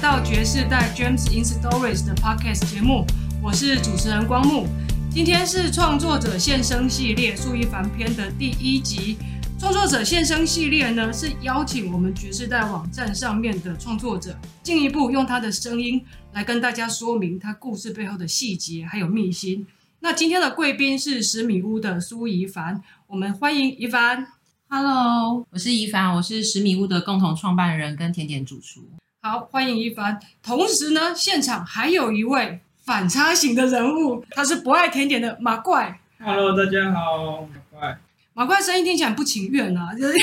到爵士代 James in Stories 的 Podcast 节目，我是主持人光木。今天是创作者现身系列数一凡篇的第一集。创作者现身系列呢，是邀请我们爵士代网站上面的创作者，进一步用他的声音来跟大家说明他故事背后的细节还有秘辛。那今天的贵宾是十米屋的苏怡凡，我们欢迎怡凡。 Hello，我是怡凡，我是十米屋的共同创办人跟甜点主厨。好，欢迎一凡。同时呢，现场还有一位反差型的人物，他是不爱甜点的马怪。 Hello，大家好，马怪。马怪声音听起来很不情愿啊， 就是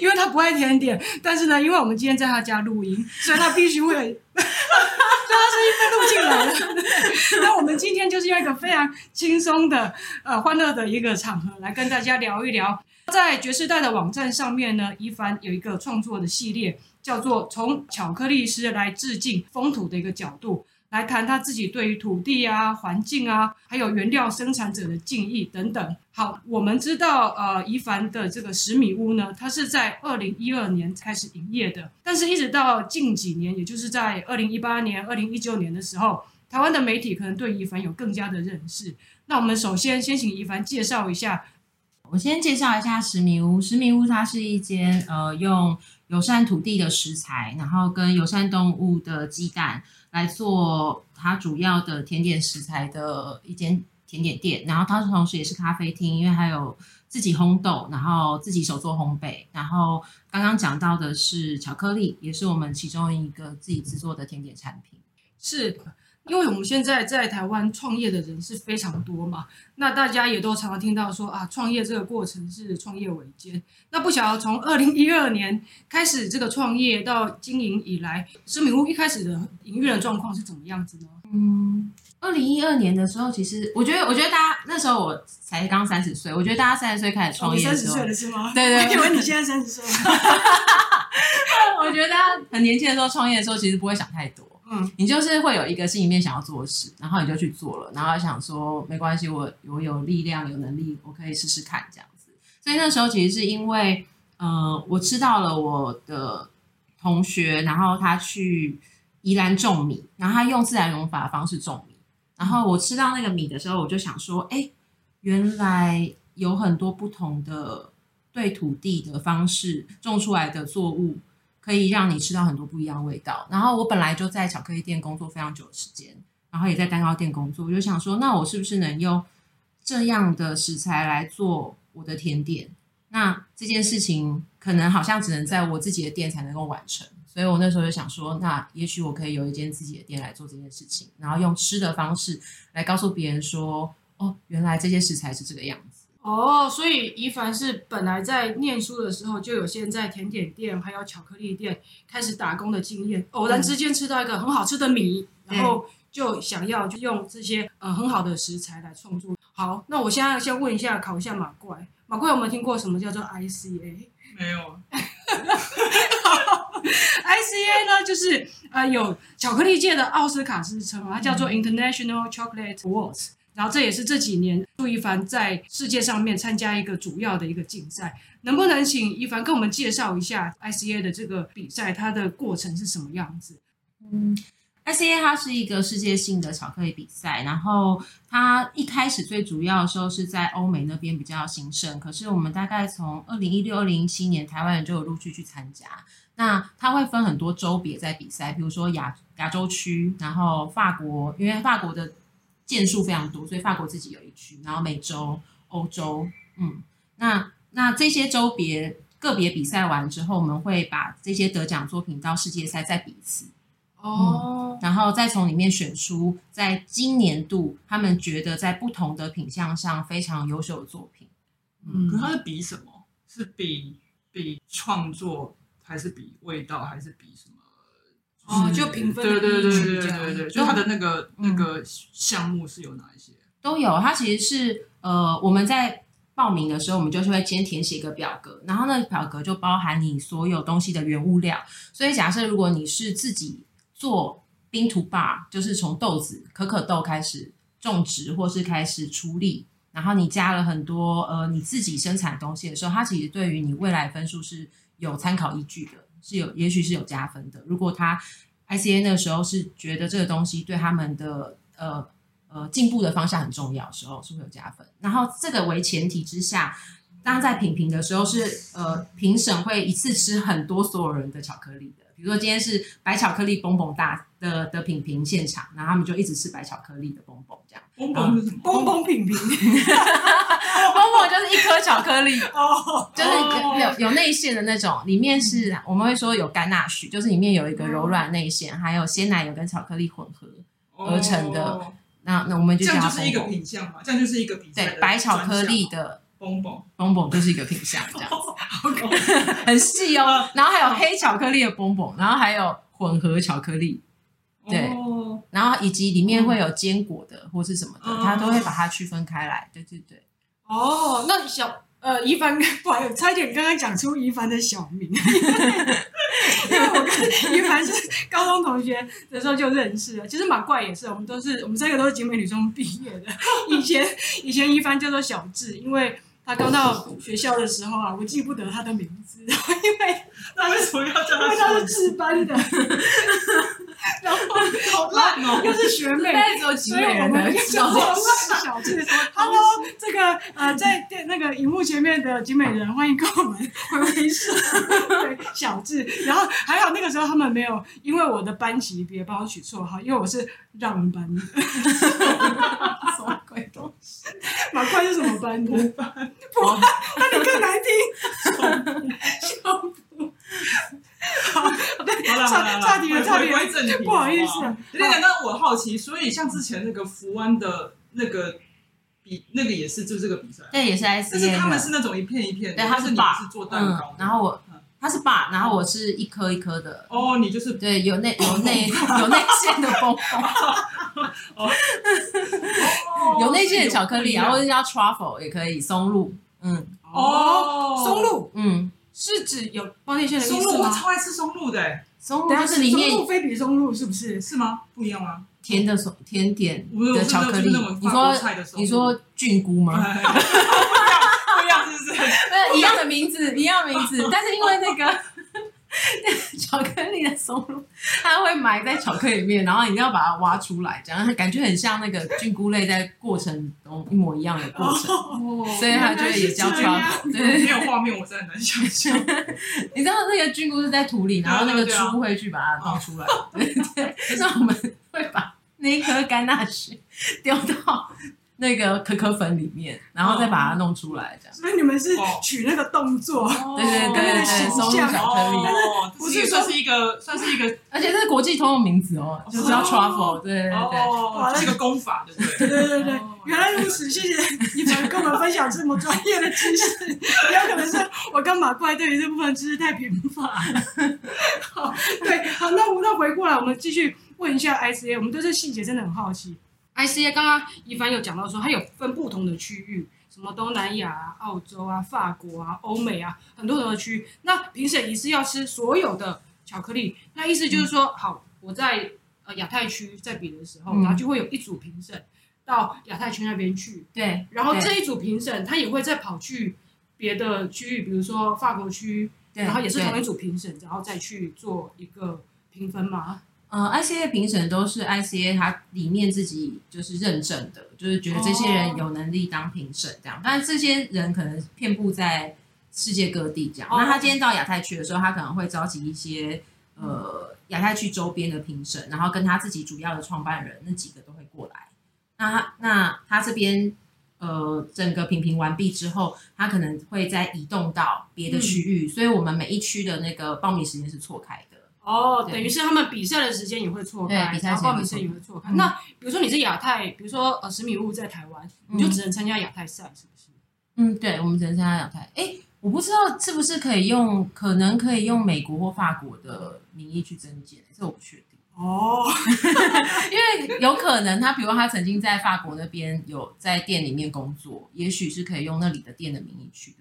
因为他不爱甜点，但是呢，因为我们今天在他家录音，所以他必须会， 所以他声音被录进来了。 那我们今天就是用一个非常轻松的、呃欢乐的一个场合来跟大家聊一聊，在爵士代的网站上面呢，一凡有一个创作的系列，叫做“从巧克力师来致敬风土”的一个角度。来谈他自己对于土地啊、环境啊，还有原料生产者的敬意等等。好，我们知道，呃，怡凡的这个十米屋呢，它是在二零一二年开始营业的，但是一直到近几年，也就是在二零一八年、二零一九年的时候，台湾的媒体可能对怡凡有更加的认识。那我们首先先请怡凡介绍一下，我先介绍一下十米屋。十米屋它是一间呃用友善土地的食材，然后跟友善动物的鸡蛋来做它主要的甜点食材的一间甜点店。然后它同时也是咖啡厅，因为还有自己烘豆，然后自己手做烘焙。然后刚刚讲到的是巧克力，也是我们其中一个自己制作的甜点产品。是因为我们现在在台湾创业的人是非常多嘛，那大家也都常常听到说啊，创业这个过程是创业维艰。那不晓得从二零一二年开始这个创业到经营以来，施米屋一开始的营运的状况是怎么样子呢？二零一二年的时候，其实我觉得，我觉得大家那时候我才刚三十岁，我觉得大家三十岁开始创业的哦三时十候，岁了是吗？对对对我以为你现在三十岁。 我觉得大家很年轻的时候创业的时候，其实不会想太多，嗯，你就是会有一个心里面想要做的事，然后你就去做了，然后想说没关系，我我有力量，有能力，我可以试试看这样子。所以那时候其实是因为，呃，我知道了我的同学，然后他去宜兰种米，然后他用自然农法的方式种米，然后我吃到那个米的时候，我就想说，哎，原来有很多不同的对土地的方式种出来的作物，可以让你吃到很多不一样的味道。然后我本来就在巧克力店工作非常久的时间，然后也在蛋糕店工作，我就想说，那我是不是能用这样的食材来做我的甜点？那这件事情可能好像只能在我自己的店才能够完成，所以我那时候就想说，那也许我可以有一间自己的店来做这件事情，然后用吃的方式来告诉别人说，哦，原来这些食材是这个样子。哦，所以怡凡是本来在念书的时候就有先在甜点店还有巧克力店开始打工的经验，偶然之间吃到一个很好吃的米，对然后就想要就用这些呃很好的食材来创作。好，那我现在先问一下，考一下马怪，马怪有没有听过什么叫做 ICA？没有， ICA 呢，就是呃有巧克力界的奥斯卡之称，它叫做 International Chocolate Awards。然后这也是这几年杜一凡在世界上面参加一个主要的一个竞赛，能不能请一凡跟我们介绍一下 ICA 的这个比赛，它的过程是什么样子？嗯，ICA 它是一个世界性的巧克力比赛，然后它一开始最主要的时候是在欧美那边比较兴盛，可是我们大概从二零一六、二零一七年，台湾人就有陆续去参加。那它会分很多州别在比赛，比如说亚亚洲区，然后法国，因为法国的件数非常多，所以法国自己有一区，然后美洲、欧洲，嗯，那那这些州别个别比赛完之后，我们会把这些得奖作品到世界赛再比一次，哦，然后再从里面选出在今年度他们觉得在不同的品项上非常优秀的作品。嗯可是它是比什么？是比比创作，还是比味道，还是比什么？哦，是就评分对对对依对据这对样对对，就它的那个嗯那个项目是有哪一些？都有。它其实是呃，我们在报名的时候，我们就是会先填写一个表格，然后那个表格就包含你所有东西的原物料。所以假设如果你是自己做冰图霸，就是从豆子、可可豆开始种植，或是开始出力。然后你加了很多呃你自己生产的东西的时候，它其实对于你未来分数是有参考依据的。是有，也许是有加分的。如果他 ICA 那时候是觉得这个东西对他们的呃呃进步的方向很重要的时候，是会有加分。然后这个为前提之下，当在品评的时候是呃评审会一次吃很多所有人的巧克力的。比如说今天是白巧克力蹦蹦大的的品评现场，然后他们就一直吃白巧克力的蹦蹦这样。蹦啊蹦是什么？蹦蹦品评蹦蹦就是一颗巧克 力，哦，就是哦有有内馅的那种，里面是我们会说有甘纳许，就是里面有一个柔软内馅，还有鲜奶油跟巧克力混合。而成的哦，那那我们就这叫样它就是一个蹦蹦品相嘛，这样就是一个比赛对的白巧克力专项的蹦蹦，蹦蹦就是一个品相，这样子 OK 很细哦。然后还有黑巧克力的蹦蹦，然后还有混合巧克力，对哦然后以及里面会有坚果的或是什么的，嗯它都会把它区分开来。对对对，哦，那小呃，怡凡，不好意思，差一点刚刚讲出怡凡的小名， 因为我跟怡凡是高中同学的时候就认识了。其实蛮怪也是，我们都是我们三个都是景美女中毕业的。 以前以前怡凡叫做小智，因为他刚到学校的时候啊，我记不得他的名字， 然后因为那为什么要叫因他为他小是智班的，然后好烂哦？又是学妹，但只有所以我们 就叫做小智。Hello，这哦个呃，在电那个荧幕前面的景美人，欢迎跟我们 回微信。对，小智。然后还好那个时候他们没有，因为我的班级别帮我取绰号，因为我是让班的。 什么鬼东西？马快是什么班的？普班，那你更难听。小普，好，好了好了，差差题了，差题回归正题了，好，不好意思啊。那个，那我好奇，所以像之前那个福湾的那个比，那个也是就这个比赛，对，也是 S 但 A 是他们是那种一片一片的，啊对他就是是你 bar 是做蛋嗯糕，的，然后我嗯它是把，然后我是一颗一颗的，哦，你就是对，有内有内 有内馅的蹦 蹦，哦有内馅的巧克力啊，或者叫 truffle 也可以，松露，嗯哦，松露嗯，是指有包内馅的意松思露，我吗？超爱吃松露的，哎松露等一下就是里松露面非比松露是不是？是吗？不一样吗？甜的松甜点我我的是巧克就力是那种，你法国说菜的松露，你说菌菇 吗？哎。不一样，不一样，是不是？ 对，一样的名字，一样名 字，但是因为那个 巧克力的松露，它会埋在巧克力里面，然后你要把它挖出来，这样它感觉很像那个菌菇类在过程中一模一样的过程，哦所以它就也叫原来是 truffle。对，没有画面，我真的很难想 象。你知道那个菌菇是在土里，然后那个对啊对啊猪会去把它捞出来，哦对对。那我们会把那一颗甘纳许丢到那个可可粉里面，然后再把它弄出来，这样。所以你们是哦取那个动作，对对对对对松露巧克力哦，不不是是算是一个，算是一个而且这是国际通用名词哦，就是叫 truffle，对对对。哇哦，那这个功法，对不对？对对对对哦，原来如此，谢谢你们跟我们分享这么专业的知识，也有可能是我跟马怪对于这部分知识太贫乏了。好，对，好，那我那回过来，我们继续问一下 ICA，我们对这细节真的很好奇。ICA 刚刚一凡有讲到说，它有分不同的区域，什么东南亚啊、澳洲啊、法国啊、欧美啊，很多很多的区域。那评审一次要吃所有的巧克力，那意思就是说，好，我在呃亚太区在比的时候，嗯然后就会有一组评审到亚太区那边去，对，然后对这一组评审他也会再跑去别的区域，比如说法国区，对然后也是对同一组评审，然后再去做一个评分嘛。呃，ICA 评审都是 ICA 它里面自己就是认证的，就是觉得这些人有能力当评审这样。但是这些人可能遍布在世界各地这样。哦那他今天到亚太区的时候，他可能会召集一些呃亚太区周边的评审，然后跟他自己主要的创办人那几个都会过来。那他那他这边呃整个评评完毕之后，他可能会再移动到别的区域，所以我们每一区的那个报名时间是错开的。哦，对等于是他们比赛的时间也会错开，对比赛然后报名时时间间也也会会错开。嗯那比如说你是亚太，比如说呃十米物在台湾，嗯你就只能参加亚太赛，是不是？嗯，对，我们只能参加两台。哎，我不知道是不是可以用，可能可以用美国或法国的名义去增减，这我不确定，哦，因为有可能他，比如他曾经在法国那边有在店里面工作，也许是可以用那里的店的名义去的。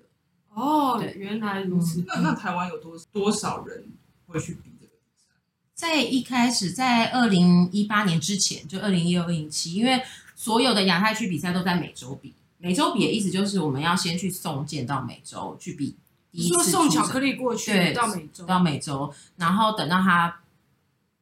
哦对，嗯原来如此。那那台湾有多多少人会去比这个比赛？在一开始，在二零一八年之前，就二零一六、二零七，因为所有的亚太区比赛都在美洲比。美洲比的意思就是我们要先去送件到美洲去比第一说次送出巧征克力过去对到美洲，到美洲，然后等到他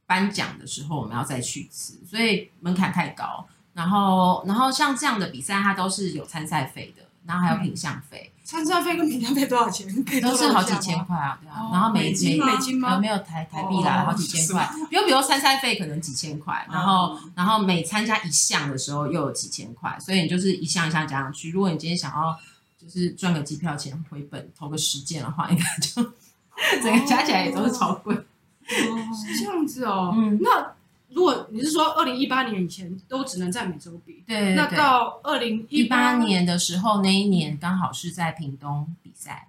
颁奖的时候，我们要再去一次，所以门槛太高。然后，然后像这样的比赛，它都是有参赛费的，然后还有品相费，参赛费跟评价费嗯多少钱？可以都透露是好一下几吗千块啊，对啊。哦然后每美金每吗美金吗呃没有台台币啦，哦嗯好几千块。比如比如参赛费可能几千块，然后哦然后每参加一项的时候又有几千块，所以你就是一项一项加上去。如果你今天想要就是赚个机票钱回本投个十件的话，应该就 整个加起来也都是超贵。哦哦是这样子哦。嗯那如果你是说二零一八年以前都只能在美洲比，对，那到二零一八八年的时候，那一年刚好是在屏东比赛，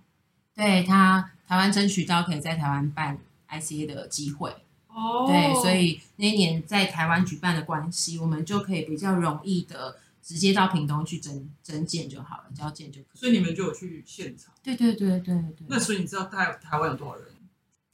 对他台湾争取到可以在台湾办 ICA 的机会，哦，对，所以那一年在台湾举办的关系，我们就可以比较容易的直接到屏东去征征件就好了，交件就可以。所以你们就有去现场。对对对对对那，所以你知道台台湾有多少人？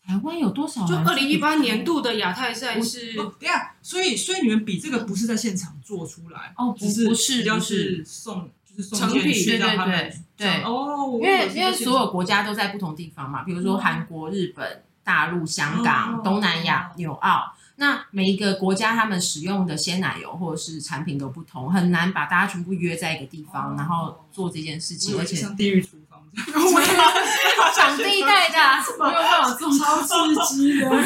台湾有多少人？就二零一八年度的亚太赛是哦等一下，所以所以你们比这个不是在现场做出来，哦，只不是不是比较不是是，送就是送成件品对去让对他们对对哦，我因以为为是因为在现所有场国家都在不同地方嘛，比如说嗯韩国、日本、大陆、香港、哦东南亚、纽澳。那每一个国家他们使用的鲜奶油或者是产品都不同，很难把大家全部约在一个地方，哦然后做这件事我以情，为而是且像地狱厨房这 样，啊场地带的啊，没有办法做，超刺激 的， 我们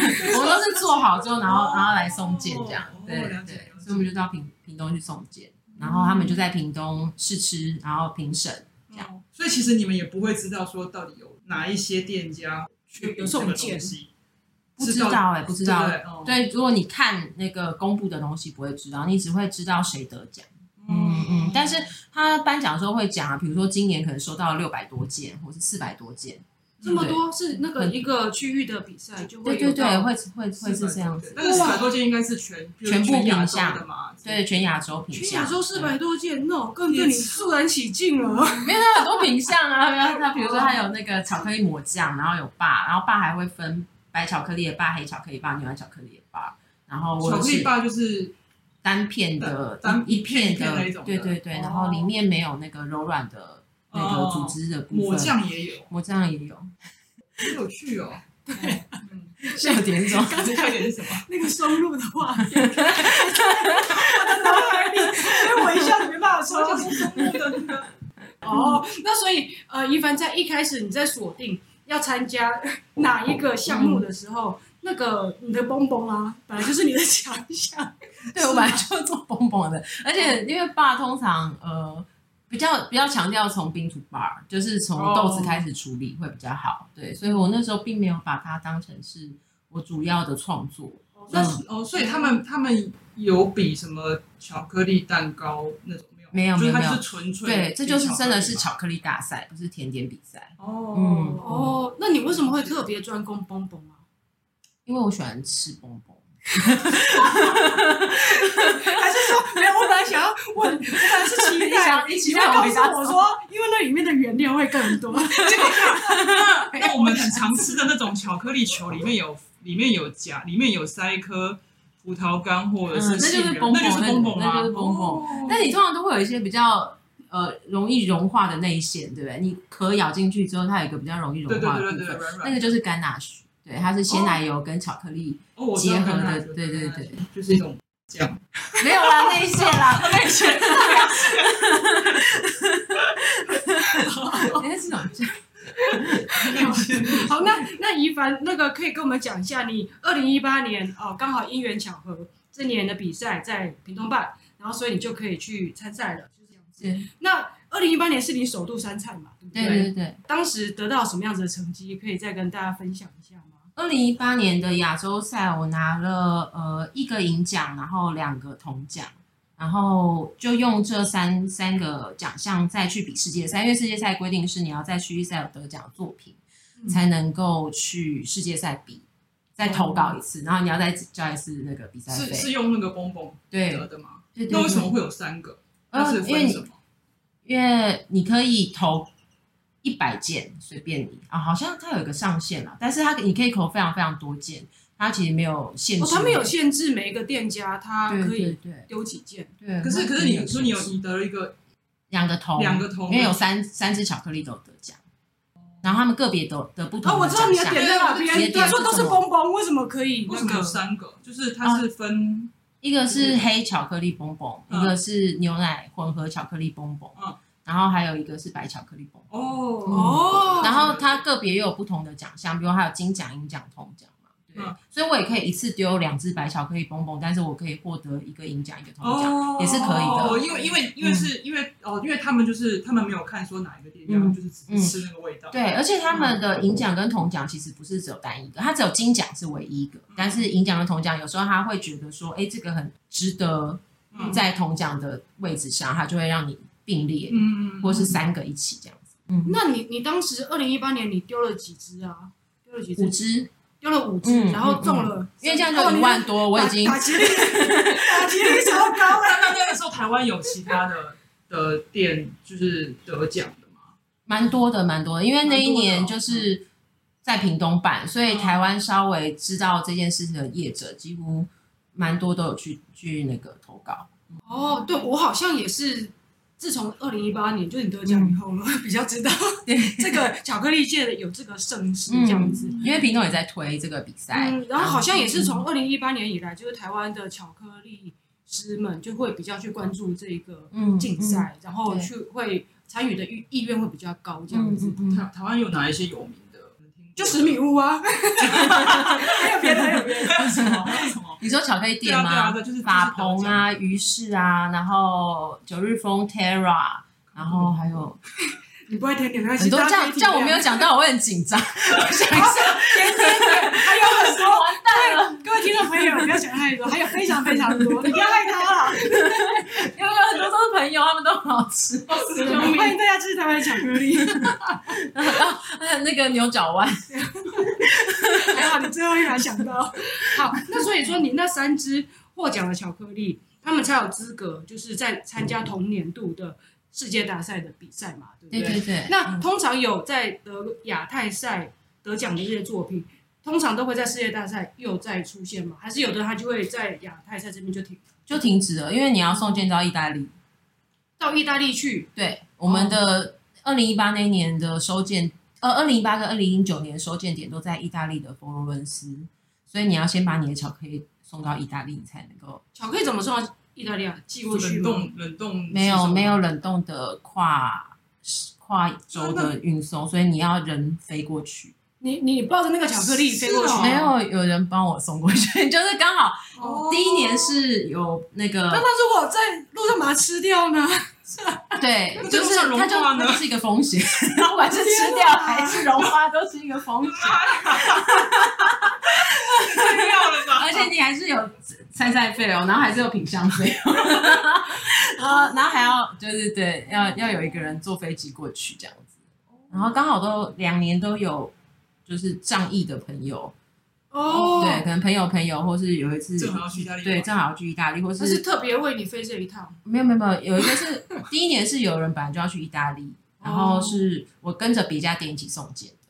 都是做好之后，然后然后来送件这样哦，对了解对了，解所以我们就到屏屏东去送件，然后他们就在屏东试吃，然后评审，哦 所以其实你们也不会知道说到底有哪一些店家去有送这个件东西，不知道哎，不知道对不对哦对，如果你看那个公布的东西不会知道，你只会知道谁得奖。嗯嗯，但是他颁奖的时候会讲啊，比如说今年可能收到六百多件，或是四百多件。这么多是那个一个区域的比赛就嗯对会对有对，到会会会是这样子。但是四百多件应该是全全部全亚品洲相的嘛，对，全亚洲品全相，亚洲四对百多件，那我更对你肃然起敬了。没有它很多品相啊，没有它，比如说它有那个巧克力抹酱，然后有霸，然后霸还会分白巧克力的霸、黑巧克力霸、牛奶巧克力的霸，然后我巧克力是霸就是单片的，单一片一片那一种的，的对对对，哦然后里面没有那个柔软的那个哦组织的部分，抹酱也有，抹酱也有，很有趣 哦。对，嗯，笑点中。刚才笑点是什么？ 那个收入的 话，嗯我的脑海里，所哎以我一下子没办法我说想说中部的那 个哦，那所以呃，一凡在一开始你在锁定要参加 哪一个项目的时候，那个你的蹦蹦啊，本来就是你的强项。对我本来就做蹦蹦的，而且因为爸通常呃比较比较强调从冰 to bar，就是从哦豆子开始处理会比较好。对，所以我那时候并没有把它当成是我主要的创作。那嗯哦，所以他们他们有比什么巧克力蛋糕那种没有？没有就没是有它没是有纯粹对，这就是真的是比巧克力大赛，不是甜点比赛。嘛哦，嗯哦，那你为什么会特别专攻蹦蹦啊？因为我喜欢吃蹦 蹦，还是说没有？我本来想要问，我本来是期 你想待，你期期待待告我回答诉我说，因为那里面的原料会更多。那我们很常吃的那种巧克力球，里面有里面有夹，里面有塞一颗葡萄干或者是嗯那杏就是仁，蹦蹦那就是蹦蹦那那就是啊。蹦蹦哦但你通常都会有一些比较呃容易融化的内馅，对不对？你壳咬进去之后，它有一个比较容易对融对化的对部对分，对，软那软。个就是甘纳许。对，它是鲜奶油跟巧克力哦，我知道结合刚才的，就对对对，，就是一种酱。没有啦，内馅啦，内馅。应该是哪家？ 好，那那怡凡那个可以跟我们讲一下，你二零一八年哦，刚好因缘巧合，这年的比赛在屏东办，然后所以你就可以去参赛了，就是这样子。对那二零一八年是你首度参赛嘛，对不对对对，当时得到什么样子的成绩，可以再跟大家分享一下吗？二零一八年的亚洲赛，我拿了呃一个银奖，然后两个铜奖，然后就用这三三个奖项再去比世界赛，因为世界赛规定是你要在区域赛有得奖的作品，嗯才能够去世界赛比，再投稿一次，然后你要再交一次那个比赛是费。是用那个蹦蹦对得的吗？对对那为什对么会有三个？呃它是因为分你什么？因为你可以投一百件，随便你啊，好像它有一个上限啦，但是它你可以投非常非常多件，它其实没有限制。哦，他们有限制每一个店家他对可对以对丢几件，对。可是可它是没你有说限你有制你得了一个两个投，两个头，因为有三三只巧克力都有得奖，然后他们个别的的不同哦，我知道你的奖项点在哪边，你的点对，是说都是什么 bonbon，为什么可以为那什么有个？三个？就是它啊是分一个是黑巧克力蹦蹦，嗯一个是牛奶混合巧克力蹦蹦，嗯然后还有一个是白巧克力蹦蹦。哦，哦，嗯然后它个别又有不同的奖项，比如还有金奖、银奖、铜奖嘛。对，嗯所以我也可以一次丢两只白巧克力蹦蹦，但是我可以获得一个银奖、一个铜奖。哦也是可以的哦，因为因为因为是因为哦，因为他们就是他们没有看说哪一个店家，嗯他们就是只是吃那个味道。对，而且他们的银奖跟铜奖其实不是只有单一个，它只有金奖是唯一一个，嗯但是银奖跟铜奖有时候他会觉得说，哎，这个很值得嗯在铜奖的位置上，他就会让你并列，嗯，或是三个一起这样子。嗯，那你你当时二零一八年你丢了几只啊？丢了几五只？只，丢了五只，嗯然后中了，因为这样哦就一万多，我已经打打击力， 打击 力超高了。那那那个时候台湾有其他的的店就是得奖的嘛？蛮多的，蛮多的，因为那一年蛮就多的哦是在屏东办，所以嗯台湾稍微知道这件事情的业者，几乎蛮多都有去去那个投稿。哦，对我好像也是。自从二零一八年，就是你得奖以后，我嗯 比较 知道这个巧克力界的有这个盛世这样子。嗯因为屏东也嗯在推这个比赛，嗯，然后好像也是从二零一八年以来，就是台湾的巧克力师们就会比较去关注这个嗯竞，赛，然后对去会参与的意意愿会比较高这这样样子子。。嗯台台湾有哪一些有名的？就十米屋啊， 还有别的，还有别的。 还有什么？还有什么？你说巧克力对店啊对啊，吗？对，就是法鹏，啊，于氏啊，然后九日风 Terra，然后还有你不会填点，没关系很多，大这家可样以这样我没有体讲到，我会很紧张。我想一谅。下好，填填填，还有很多。 完蛋了，各位听众朋友，不要想太多，还有非常非常多，你不要害他了。因为有很多都是朋友，他们都很好吃。救命欢迎大家吃台湾的巧克力。 还哦有那个牛角湾，还好你最后一秒想到。好，那所以说你那三只获奖的巧克力，他们才有资格就是在参加同年度的世界大赛的比赛嘛，对不 对对？对对，那通常有在得亚太赛得奖的这些作品，通常都会在世界大赛又再出现嘛？还是有的他就会在亚太赛这边就停就停止了，因为你要送件到意大利。哦到意大利去？对，我们的二零一八那一年的收件，呃，二零一八跟二零一九年收件点都在意大利的佛罗伦斯，所以你要先把你的巧克力送到意大利，你才能够巧克力怎么送到意大利啊？寄过去冷吗？冻冷冻没有没 有冷冻的跨跨州的运送，所以你要人飞过去。你你抱着那个巧克力飞过去是哦吗？没有有人帮我送过去， 就是刚好哦第一年是有那个那他如果在路上把它吃掉呢？ 对那，就这是算融它就化呢它就是一个风 险，不管是吃掉还是融化都是一个风 险，太妙了吧？而且你还是有参赛费哦，然后还是有品相费 哦，然后然后还要就是对，要要有一个人坐飞机过去这样子，哦然后刚好都两年都有就是仗义的朋友，哦，对，可能朋友朋友或是有一次正好要去意大利玩，对正好要去意大利，或他是特别为你飞这一趟，没有没有没有，有一个是第一年是有人本来就要去意大利，然后是我跟着别家店一起送件的，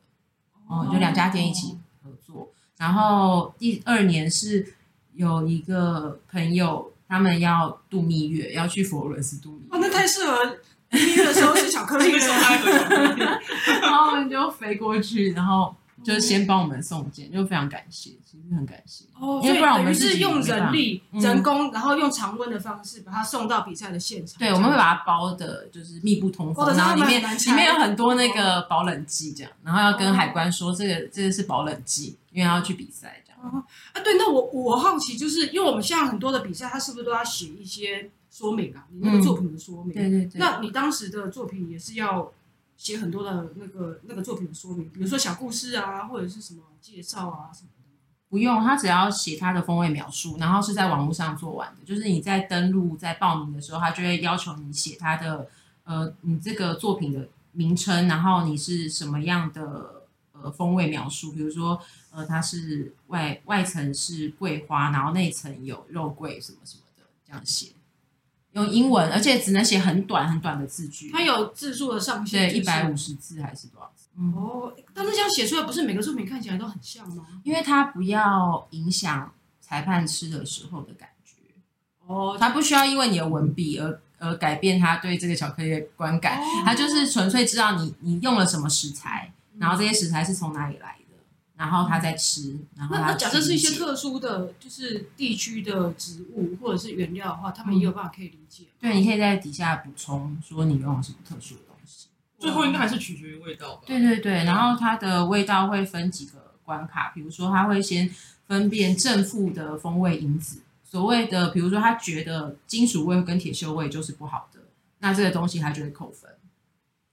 哦，就两家店一起合作。然后第二年是有一个朋友，他们要度蜜月，要去佛罗伦斯度蜜哦，月，那太适 合蜜月的时候吃巧克力被送了。他一个然后我们就飞过去，然后就先帮我们送件，就非常感谢，其实很感谢。哦，所因为以不然我等们于自是己用没办人法力、嗯人工，然后用常温的方式把它送到比赛的现场。对，我们会把它包的，就是密不通哦风，这然后还里蛮面难里拆面有很多那个保冷剂这样，然后要跟海关说这个这个是保冷剂，因为要去比赛这样。啊，对，那我我好奇，就是因为我们现在很多的比赛，它是不是都要写一些说明啊？你那个嗯作品的说明。对对对，那你当时的作品也是要写很多的那个那个作品的说明，比如说小故事啊，或者是什么介绍啊什么的。不用，他只要写他的风味描述，然后是在网络上做完的，就是你在登录在报名的时候，他就会要求你写他的呃你这个作品的名称，然后你是什么样的呃风味描述，比如说呃它是外外层是桂花，然后内层有肉桂什么什么的，这样写。用英文，而且只能写很短很短的字句，它有字数的上限，对一百。五十字还是多少字？嗯，哦，但是这样写出来，不是每个作品看起来都很像吗？因为它不要影响裁判吃的时候的感觉，哦，他不需要因为你的文笔而而改变他对这个巧克力的观感，哦他就是纯粹知道你你用了什么食材，嗯然后这些食材是从哪里来的，然后他再吃，然后那他那假设是一些理解特殊的，就是地区的植物或者是原料的话，他们也有办法可以理解。对，你可以在底下补充说你用了什么特殊的东西。最后应该还是取决于味道吧。对对对，然后它的味道会分几个关卡，比如说它会先分辨正负的风味因子。所谓的，比如说他觉得金属味跟铁锈味就是不好的，那这个东西他就会扣分。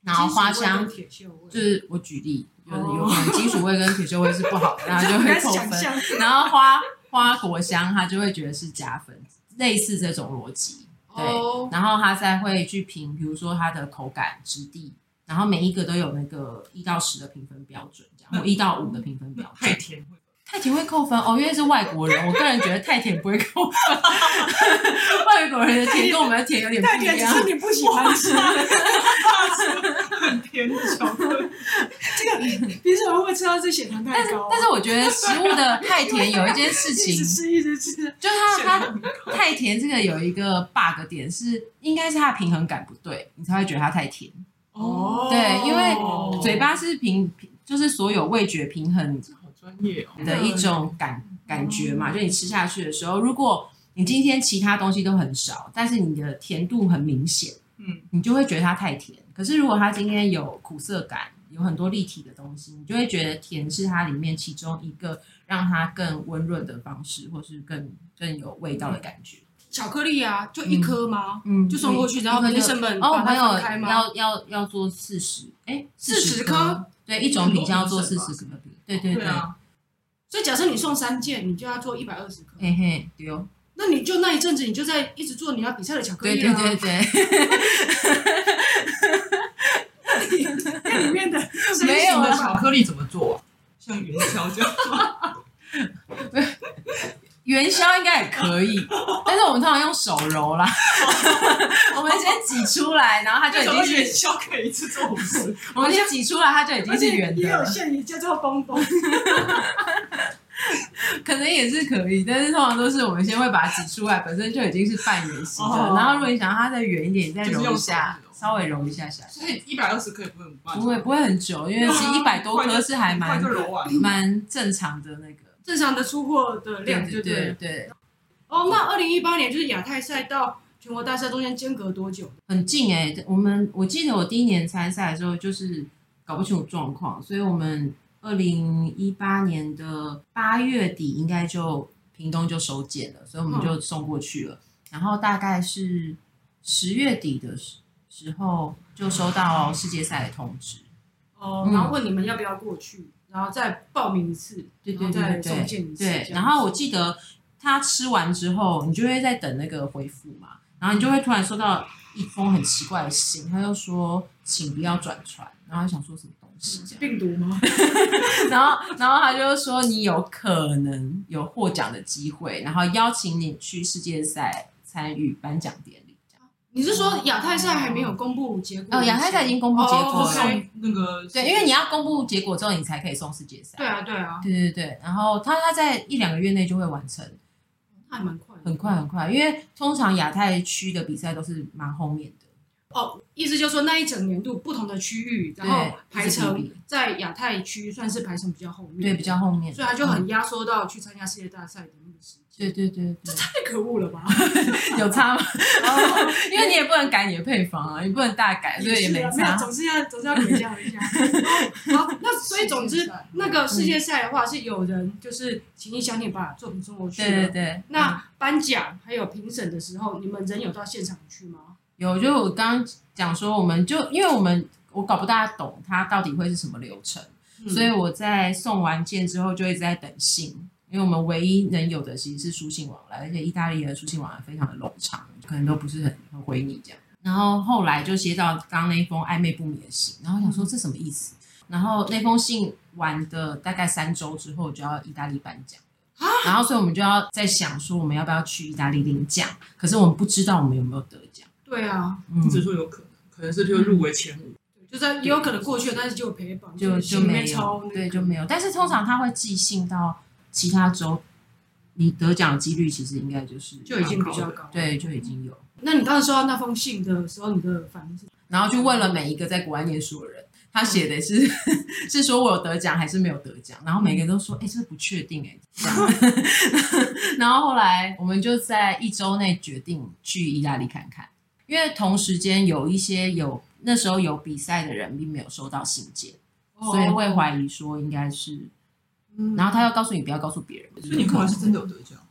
然后花金，属味香跟铁锈味，就是我举例，就是哦有可能金属味跟铁锈味是 不好的，那这就应会该是扣想分。 象然后花花果香，他就会觉得是加分，类似这种逻辑。对 哦，然后他再会去评，比如说它的口感、质地，然后每一个都有那个一到十的评分标准，这嗯样或一到五的评分标那太准。甜会太甜会扣分哦，因为是外国人，我个人觉得太甜不会扣分。 外国人的甜跟我们的甜有点太 不一甜只样。是你不喜欢吃，很甜的巧克力，这个凭什么会吃到这血糖但太是高啊？ 但是我觉得食物的太甜有一件 事一情直，吃一直吃，就是它血它糖很高太甜这个有一个 bug 点是，应该是它的平衡感不对，你才会觉得它太甜。哦对因为哦嘴巴是平，平就是所有味觉平衡这好专业哦，的一种感感觉嘛，就你吃下去的时候，如果你今天其他东西都很少，但是你的甜度很明显，嗯，你就会觉得它太甜。可是如果它今天有苦涩感，有很多立体的东西，你就会觉得甜是它里面其中一个让它更温润的方式，或是更更有味道的感觉。巧克力啊，就一颗吗？嗯就送过去，然后一颗跟就生们哦，把我朋它友分开吗？要要要做四十，哎， 40颗颗，对，一种品相要做很四多十品颗，对对对对，啊，所以假设你送三件，你就要做一百二十颗，嘿嘿，对哦，那你就那一阵子你就在一直做你要比赛的巧克对力对啊，对对，那里面的没有那啊巧克力怎么做啊？像元宵这样吗？元宵应该也可以，但是我们通常用手 揉啦，我们先挤出来，然后 它就为什么已经元是，宵可以吃这种事？ 我们先挤出来，它就已经而是且圆也的有了，馅泥叫做崩崩，可能也是可以，但是通常都是我们先会把它挤出来，本身就已经是半圆形的，哦然后如果你想要它再圆一点，你再就是揉用一下手，揉稍微揉一下下，所以一百二十颗也不会很慢，不会不会很久，因为是一百多颗是还蛮很快就揉完了。蛮正常的那个正常的出货的量，对对不对对？对，哦，那二零一八年就是亚太赛到全国大赛中间间隔多久？很近哎、我们我记得我第一年参赛的时候就是搞不清楚状况，所以我们二零一八年的八月底应该就屏东就收件了，所以我嗯们就送过去了。然后大概是十月底的时时候就收到世界赛的通知。哦嗯，然后问你们要不要过去，然后再报名一次，对然后对对再对送件一次，对这，样然后我记得他吃完之后，你就会在等那个回复嘛，然后你就会突然收到一封很奇怪的信，他就说请不要转传，然后想说什么东西这是 样，病毒吗？然后然后他就说你有可能有获奖的机会，然后邀请你去世界赛参与颁奖典礼。这样你是说亚太赛还没有公布结果？哦，亚太赛已经公布结果哦了， ，OK 送那个对，因为你要公布结果之后，你才可以送世界赛。对啊，对啊，对对对，然后他他在一两个月内就会完成。那还蛮快的。很快很快，因为通常亚太区的比赛都是蛮后面的，哦，意思就是说那一整年度不同的区域，然后排一直比成比在亚太区算是排成比较后面，对，比，较后面，所以他啊就很压缩到去参加世界大赛的那个时间，对对 对对，太可恶了 吧？有差吗？哦 因为你也不能改你的配方啊，你不能大改，所以也是没啊没有，差。总是要总是要比较 一下。好，那所以总之嗯那个世界赛的话，是有人就是情意相挺把作品送过去对了对对，那颁奖还有评审的时候，你们人有到现场去吗？有，就我刚刚讲说，我们就因为我们我搞不大懂它到底会是什么流程，嗯所以我在送完件之后就一直在等信，因为我们唯一能有的其实是书信往来，而且意大利的书信往来非常的冗长，可能都不是很很回你这样。然后后来就接到刚刚那一封暧昧不明的信，然后想说这什么意思？然后那封信完的大概三周之后就要意大利颁奖了，然后所以我们就要在想说我们要不要去意大利领奖，可是我们不知道我们有没有得奖。对啊，嗯，只说有可能，可能是就入围前五，就是也有可能过去了，但是就赔本，就是就心里没面超有，那对，个就没有。但是通常他会寄信到其他州，你得奖的几率其实应该就是就已经比较高。，对，就已经有。那你当时收到那封信的时候，你的反应是？然后去问了每一个在国外念书的人，他写的是 是说我有得奖还是没有得奖，然后每个人都说，哎、这不确定哎、 这样。然后后来我们就在一周内决定去意大利看看，因为同时间有一些有那时候有比赛的人并没有收到信件，哦哦所以会怀疑说应该是，嗯然后他要告诉你不要告诉别人，所以你后来是真的有得奖吗？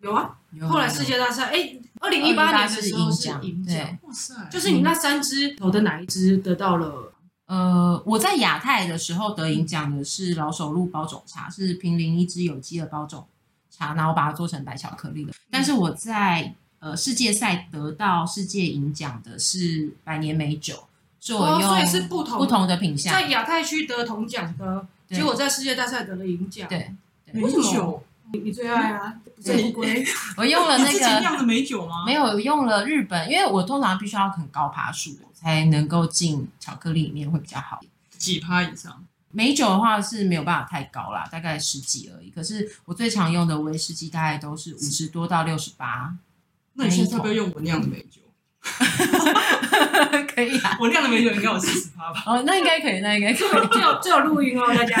有啊，有后来世界大赛，哎，二零一八年的时候是银对奖。哇塞，就是你那三只头的哪一只得到了？呃，我在亚太的时候得银奖的是老手鹿包种茶，是平林一支有机的包种茶，然后把它做成白巧克嗯力的。但是我在呃世界赛得到世界银奖的是百年美酒，是我哦，用所以是不同不同的品相，在亚太区得铜奖的，对结果在世界大赛得了银奖。对，嗯美为什酒么，你你最爱啊，不是对乌 龟。我用了你那自己个酿的美酒吗？没有我用了日本，因为我通常必须要很高爬树才能够进巧克力里面会比较好。几趴以上，美酒的话是没有办法太高啦，大概十几而已。可是我最常用的威士忌大概都是五十多到六十八，那你现在要不要用我酿的美酒？可以啊。我酿的美酒应该有四十趴吧？哦，那应该可以，那应该可以。这有这有录音哦， 大家。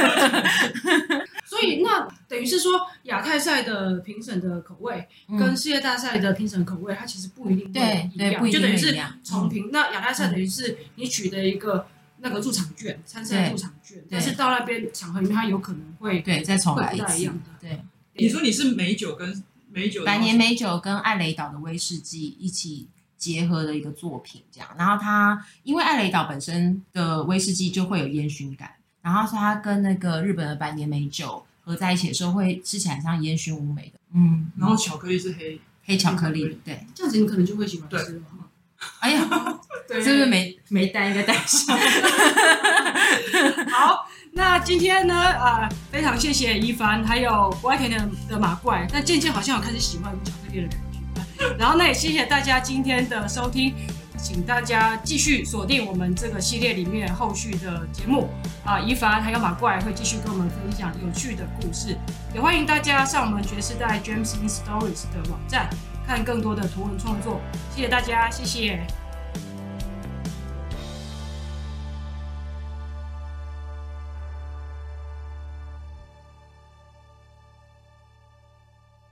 所以那等于是说，亚太赛的评审的口味跟嗯世界大赛的评审口味，它其实不一定对会对样不一就定等于会一是样重评。那亚太赛等于是你取得一个那个入场券，参赛入场券，但是到那边场合里面，它有可能会对，再重会来不一太一次样。的。对，你说你是美酒跟美酒的百年美酒跟艾雷岛的威士忌一起结合的一个作品，这样。然后它因为艾雷岛本身的威士忌就会有烟熏感，然后所以它跟那个日本的百年美酒合在一起的时候，会吃起来像烟熏乌梅的。嗯，然后巧克力是黑，黑巧克力，对。这样子你可能就会喜欢吃了。哎呀，对是不是没没带一个带上？好，那今天呢，呃，非常谢谢一凡，还有不爱甜甜的马怪，但渐渐好像有开始喜欢巧克力的感觉。然后那也谢谢大家今天的收听，请大家继续锁定我们这个系列里面后续的节目啊、一凡还有马怪会继续跟我们分享有趣的故事，也欢迎大家上我们爵士代 James in Stories 的网站看更多的图文创作。谢谢大家，谢谢。